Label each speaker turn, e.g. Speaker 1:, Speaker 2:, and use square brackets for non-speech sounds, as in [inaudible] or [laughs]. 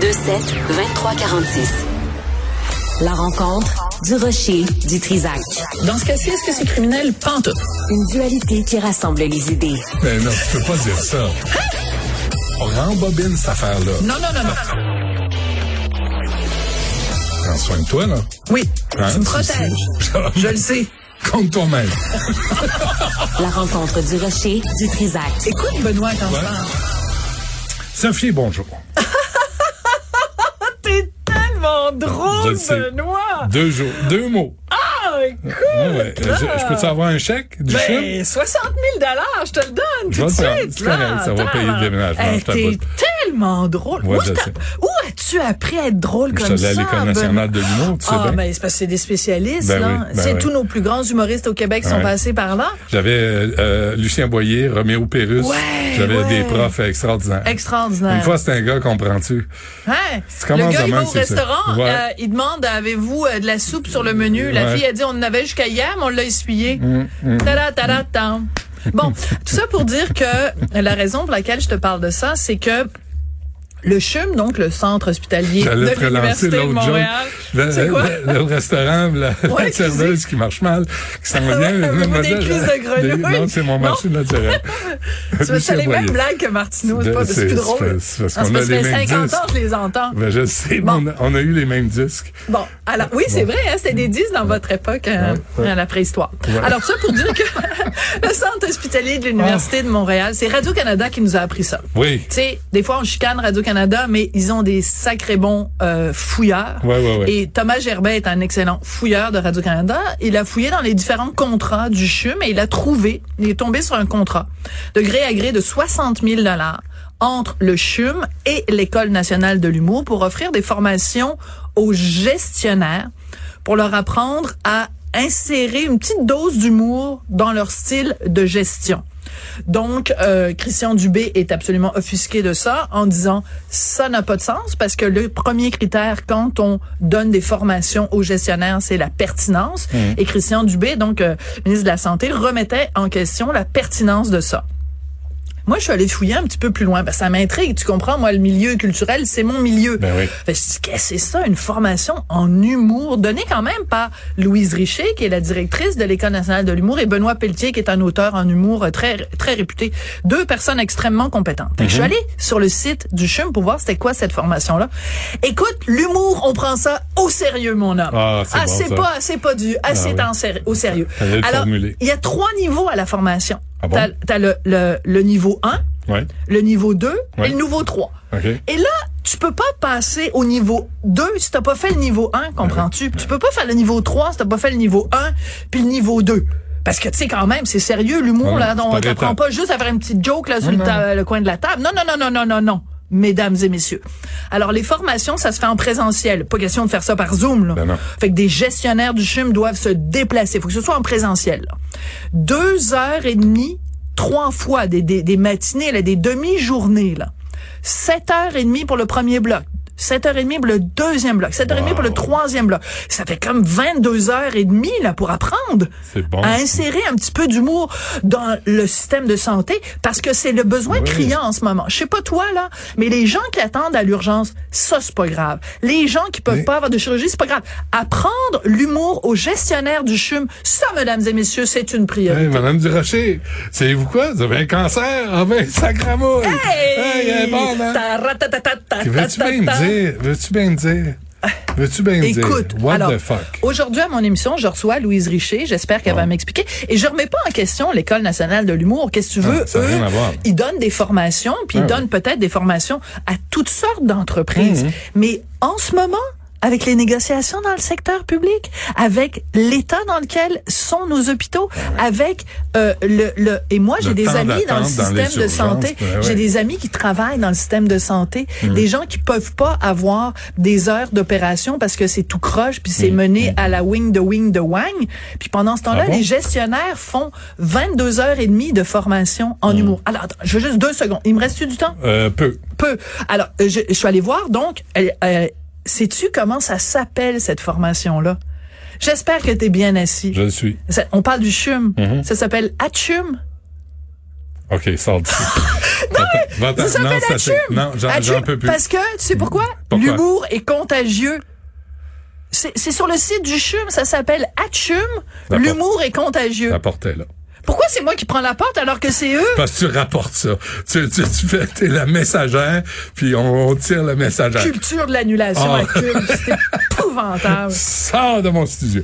Speaker 1: 827 2346. La rencontre du rocher du Trisac.
Speaker 2: Dans ce cas-ci, est-ce que c'est criminel? Pente.
Speaker 1: Une dualité qui rassemble les idées.
Speaker 3: Mais Ben non, tu peux pas dire ça. On rembobine cette affaire-là.
Speaker 2: Non, non, non, non.
Speaker 3: Prends soin de toi, là.
Speaker 2: Oui,
Speaker 3: Hein,
Speaker 2: tu me
Speaker 3: tu
Speaker 2: protèges.
Speaker 3: [laughs] sais.
Speaker 2: Je le sais.
Speaker 3: Compte toi-même.
Speaker 1: La rencontre du rocher du Trisac.
Speaker 2: Écoute, Benoît, quand je
Speaker 3: Ouais.
Speaker 2: parle.
Speaker 3: Sophie, bonjour.
Speaker 2: T'es tellement
Speaker 3: Je
Speaker 2: drôle,
Speaker 3: le sais.
Speaker 2: Benoît!
Speaker 3: Deux jours, deux mots.
Speaker 2: Ah, écoute!
Speaker 3: Ah ouais. Euh, Je, je peux-tu avoir un chèque du chien?
Speaker 2: Ben, 60 000 je te le donne
Speaker 3: Je
Speaker 2: tout de
Speaker 3: vais le prendre.
Speaker 2: suite.
Speaker 3: C'est
Speaker 2: là.
Speaker 3: correct, ça va
Speaker 2: Attends,
Speaker 3: payer le déménagement,
Speaker 2: Hey,
Speaker 3: je t'aboute.
Speaker 2: T'es tellement drôle.
Speaker 3: Ouais,
Speaker 2: Où
Speaker 3: je
Speaker 2: t'as-
Speaker 3: sais.
Speaker 2: où as-tu appris à être drôle
Speaker 3: Je suis
Speaker 2: comme
Speaker 3: allé
Speaker 2: ça?
Speaker 3: à l'École
Speaker 2: Ben-
Speaker 3: nationale de l'humour, tu sais
Speaker 2: Ah,
Speaker 3: bien.
Speaker 2: ben, c'est parce que c'est des spécialistes,
Speaker 3: Ben
Speaker 2: là.
Speaker 3: oui, ben
Speaker 2: c'est
Speaker 3: oui.
Speaker 2: tous nos plus grands humoristes au Québec sont
Speaker 3: Ouais.
Speaker 2: passés par là.
Speaker 3: J'avais euh, euh, Lucien Boyer, Roméo Pérus.
Speaker 2: Ouais,
Speaker 3: J'avais
Speaker 2: ouais.
Speaker 3: des profs extraordinaires.
Speaker 2: Extraordinaire.
Speaker 3: Une fois, c'est un gars, comprends-tu?
Speaker 2: Hein?
Speaker 3: Tu
Speaker 2: Le
Speaker 3: commences
Speaker 2: gars, il
Speaker 3: demain,
Speaker 2: va au
Speaker 3: c'est ça.
Speaker 2: restaurant,
Speaker 3: Ouais.
Speaker 2: euh, il demande avez-vous euh, de la soupe sur le menu La
Speaker 3: Ouais. Mm,
Speaker 2: fille a dit on en avait jusqu'à hier, mais on l'a essuyé. Tada, tada, tam. Bon, tout ça pour dire que la raison pour laquelle je te parle de ça, c'est que le CHUM, donc le centre hospitalier
Speaker 3: J'allais te
Speaker 2: de
Speaker 3: relancer
Speaker 2: l'Université de
Speaker 3: l'autre joke. Ben,
Speaker 2: Montréal.
Speaker 3: Le,
Speaker 2: C'est quoi?
Speaker 3: le- le restaurant, la,
Speaker 2: Ouais,
Speaker 3: [laughs] la serveuse qui marche mal, qui s'en
Speaker 2: Ouais,
Speaker 3: revient.
Speaker 2: au
Speaker 3: Non,
Speaker 2: niveau des
Speaker 3: non,
Speaker 2: crises de
Speaker 3: des-
Speaker 2: grenouilles.
Speaker 3: Non, c'est mon
Speaker 2: Non.
Speaker 3: marché naturel.
Speaker 2: [laughs] Tu vois, c'est les mêmes blagues que Martineau, c'est pas- c'est plus
Speaker 3: Ben, C'est-
Speaker 2: drôle.
Speaker 3: c'est parce
Speaker 2: Non,
Speaker 3: qu'on
Speaker 2: c'est
Speaker 3: a les
Speaker 2: ça fait
Speaker 3: mêmes
Speaker 2: 50 ans,
Speaker 3: disques.
Speaker 2: je les entends.
Speaker 3: Ben, je sais, mais
Speaker 2: Bon.
Speaker 3: on, a, on a eu les mêmes disques.
Speaker 2: Bon, alors oui, c'est vrai, hein, c'était des 10 dans votre époque, hein,
Speaker 3: Ouais, ouais.
Speaker 2: à la préhistoire.
Speaker 3: Ouais.
Speaker 2: Alors ça pour dire que [laughs] le centre hospitalier de l'Université de Montréal, c'est Radio-Canada qui nous a appris ça.
Speaker 3: Oui.
Speaker 2: Tu sais, des fois on chicane Radio-Canada, mais ils ont des sacrés bons euh, fouilleurs.
Speaker 3: Ouais, ouais, ouais.
Speaker 2: Et Thomas Gerbet est un excellent fouilleur de Radio-Canada. Il a fouillé dans les différents contrats du CHUM et il a trouvé, il est tombé sur un contrat de gré à gré de 60 000 dollars entre le CHUM et l'École nationale de l'humour pour offrir des formations aux gestionnaires pour leur apprendre à insérer une petite dose d'humour dans leur style de gestion. Donc, euh, Christian Dubé est absolument offusqué de ça en disant ça n'a pas de sens parce que le premier critère quand on donne des formations aux gestionnaires, c'est la pertinence. Et Christian Dubé, donc euh, ministre de la Santé, remettait en question la pertinence de ça. Moi, je suis allée fouiller un petit peu plus loin. Ben, ça m'intrigue, tu comprends. Moi, le milieu culturel, c'est mon milieu.
Speaker 3: Ben oui.
Speaker 2: Fait, je dis, qu'est-ce que c'est ça, une formation en humour donnée quand même par Louise Richer, qui est la directrice de l'École nationale de l'humour, et Benoît Pelletier, qui est un auteur en humour euh, très, très réputé. Deux personnes extrêmement compétentes. Fait que
Speaker 3: Mhm.
Speaker 2: Je suis allée sur le site du CHUM pour voir c'était quoi cette formation-là. Écoute, l'humour, on prend ça au sérieux, mon homme.
Speaker 3: Ah, c'est bon,
Speaker 2: c'est
Speaker 3: ça.
Speaker 2: pas, c'est pas du, ah,
Speaker 3: Ah,
Speaker 2: c'est
Speaker 3: oui.
Speaker 2: en séri- au sérieux.
Speaker 3: Fallait le
Speaker 2: Alors,
Speaker 3: formuler.
Speaker 2: il y a trois niveaux à la formation.
Speaker 3: Ah bon?
Speaker 2: T'as- T'as le, le, le niveau 1,
Speaker 3: Ouais.
Speaker 2: le niveau 2 et
Speaker 3: Ouais.
Speaker 2: le niveau 3.
Speaker 3: OK.
Speaker 2: Et là, tu peux pas passer au niveau 2 si t'as pas fait le niveau 1, comprends-tu? Tu peux pas faire le niveau 3 si t'as pas fait le niveau 1 puis le niveau 2. Parce que, tu sais, quand même, c'est sérieux, l'humour,
Speaker 3: Ouais,
Speaker 2: là,
Speaker 3: c'est
Speaker 2: on
Speaker 3: par
Speaker 2: t'apprend
Speaker 3: étapes.
Speaker 2: pas juste à faire une petite joke, là, sur le,
Speaker 3: non,
Speaker 2: ta- le coin de la table. Non, non, non, non, non, non, non, mesdames et messieurs. Alors, les formations, ça se fait en présentiel. Pas question de faire ça par Zoom, là.
Speaker 3: Ben non.
Speaker 2: Fait que des gestionnaires du CHUM doivent se déplacer. Faut que ce soit en présentiel, là. Deux heures et demie, trois fois, des, des, des matinées, là, des demi-journées, là. 7h30 pour le premier bloc. 7h30 pour le deuxième bloc. 7h30 pour le
Speaker 3: Wow.
Speaker 2: troisième bloc. Ça fait comme 22h30 là, pour apprendre
Speaker 3: C'est bon.
Speaker 2: à insérer un petit peu d'humour dans le système de santé parce que c'est le besoin
Speaker 3: Oui.
Speaker 2: criant en ce moment. Je sais pas toi, là, mais les gens qui attendent à l'urgence, ça, c'est pas grave. Les gens qui peuvent
Speaker 3: Mais-
Speaker 2: pas avoir de chirurgie, c'est pas grave. Apprendre l'humour aux gestionnaires du CHUM, ça, mesdames et messieurs, c'est une priorité.
Speaker 3: Hey, Madame Durocher, savez-vous quoi? Vous avez un cancer? Ah ben, sacramouille! Hey, elle est bonne, hein?
Speaker 2: Ta ratatata, ta
Speaker 3: Veux-tu
Speaker 2: ta
Speaker 3: bien me
Speaker 2: ta. Ah.
Speaker 3: dire? Veux-tu bien me dire? Veux-tu bien me dire?
Speaker 2: Écoute,
Speaker 3: What
Speaker 2: alors,
Speaker 3: the fuck? Ah.
Speaker 2: aujourd'hui à mon émission, je reçois Louise Richer. J'espère qu'elle va m'expliquer. Et je remets pas en question l'École nationale de l'humour. Qu'est-ce que tu veux?
Speaker 3: Ah, ça a rien à voir.
Speaker 2: ils donnent des formations, puis ils
Speaker 3: Ah, Mmh.
Speaker 2: donnent peut-être des formations à toutes sortes d'entreprises. Mais en ce moment, avec les négociations dans le secteur public, avec l'état dans lequel sont nos hôpitaux, avec euh, le, le et moi j'ai
Speaker 3: Ah Le
Speaker 2: des
Speaker 3: temps
Speaker 2: amis dans le
Speaker 3: d'attente dans les
Speaker 2: système de
Speaker 3: urgences,
Speaker 2: santé,
Speaker 3: ben
Speaker 2: j'ai
Speaker 3: ouais.
Speaker 2: des amis qui travaillent dans le système de santé,
Speaker 3: Mhm.
Speaker 2: des gens qui peuvent pas avoir des heures d'opération parce que c'est tout croche puis c'est mené à la wing de wing de wang. Puis pendant ce temps-là,
Speaker 3: Mhm. Ah bon?
Speaker 2: les gestionnaires font 22 heures et demie de formation
Speaker 3: Mhm.
Speaker 2: en humour. Alors attends, je veux juste deux secondes. Il me reste-tu du temps
Speaker 3: Euh, peu.
Speaker 2: Peu. Alors euh, je, je suis allée voir donc euh, euh, sais-tu comment ça s'appelle cette formation là J'espère que tu es bien assis.
Speaker 3: Je Mhm. le suis.
Speaker 2: Ça- on parle du chum. Ça s'appelle Atchum. [laughs]
Speaker 3: OK, sors d'ici. Va-t'en.
Speaker 2: Ça s'appelle
Speaker 3: non,
Speaker 2: la
Speaker 3: ça, c'est-
Speaker 2: chum.
Speaker 3: non, j'en-
Speaker 2: La
Speaker 3: j'en
Speaker 2: chum,
Speaker 3: peux plus.
Speaker 2: Parce que, tu sais pourquoi?
Speaker 3: Pourquoi?
Speaker 2: L'humour est contagieux. C'est c'est sur le site du CHUM, ça s'appelle Atchum.
Speaker 3: D'accord.
Speaker 2: L'humour est contagieux.
Speaker 3: La porte est là.
Speaker 2: Pourquoi c'est moi qui prends la porte alors que c'est eux?
Speaker 3: Parce que tu rapportes ça. Tu, tu, tu fais, t'es la messagère, puis on, on tire la messagère.
Speaker 2: Culture de l'annulation
Speaker 3: [laughs] Ah.
Speaker 2: à Cube, c'est épouvantable.
Speaker 3: Sors de mon studio.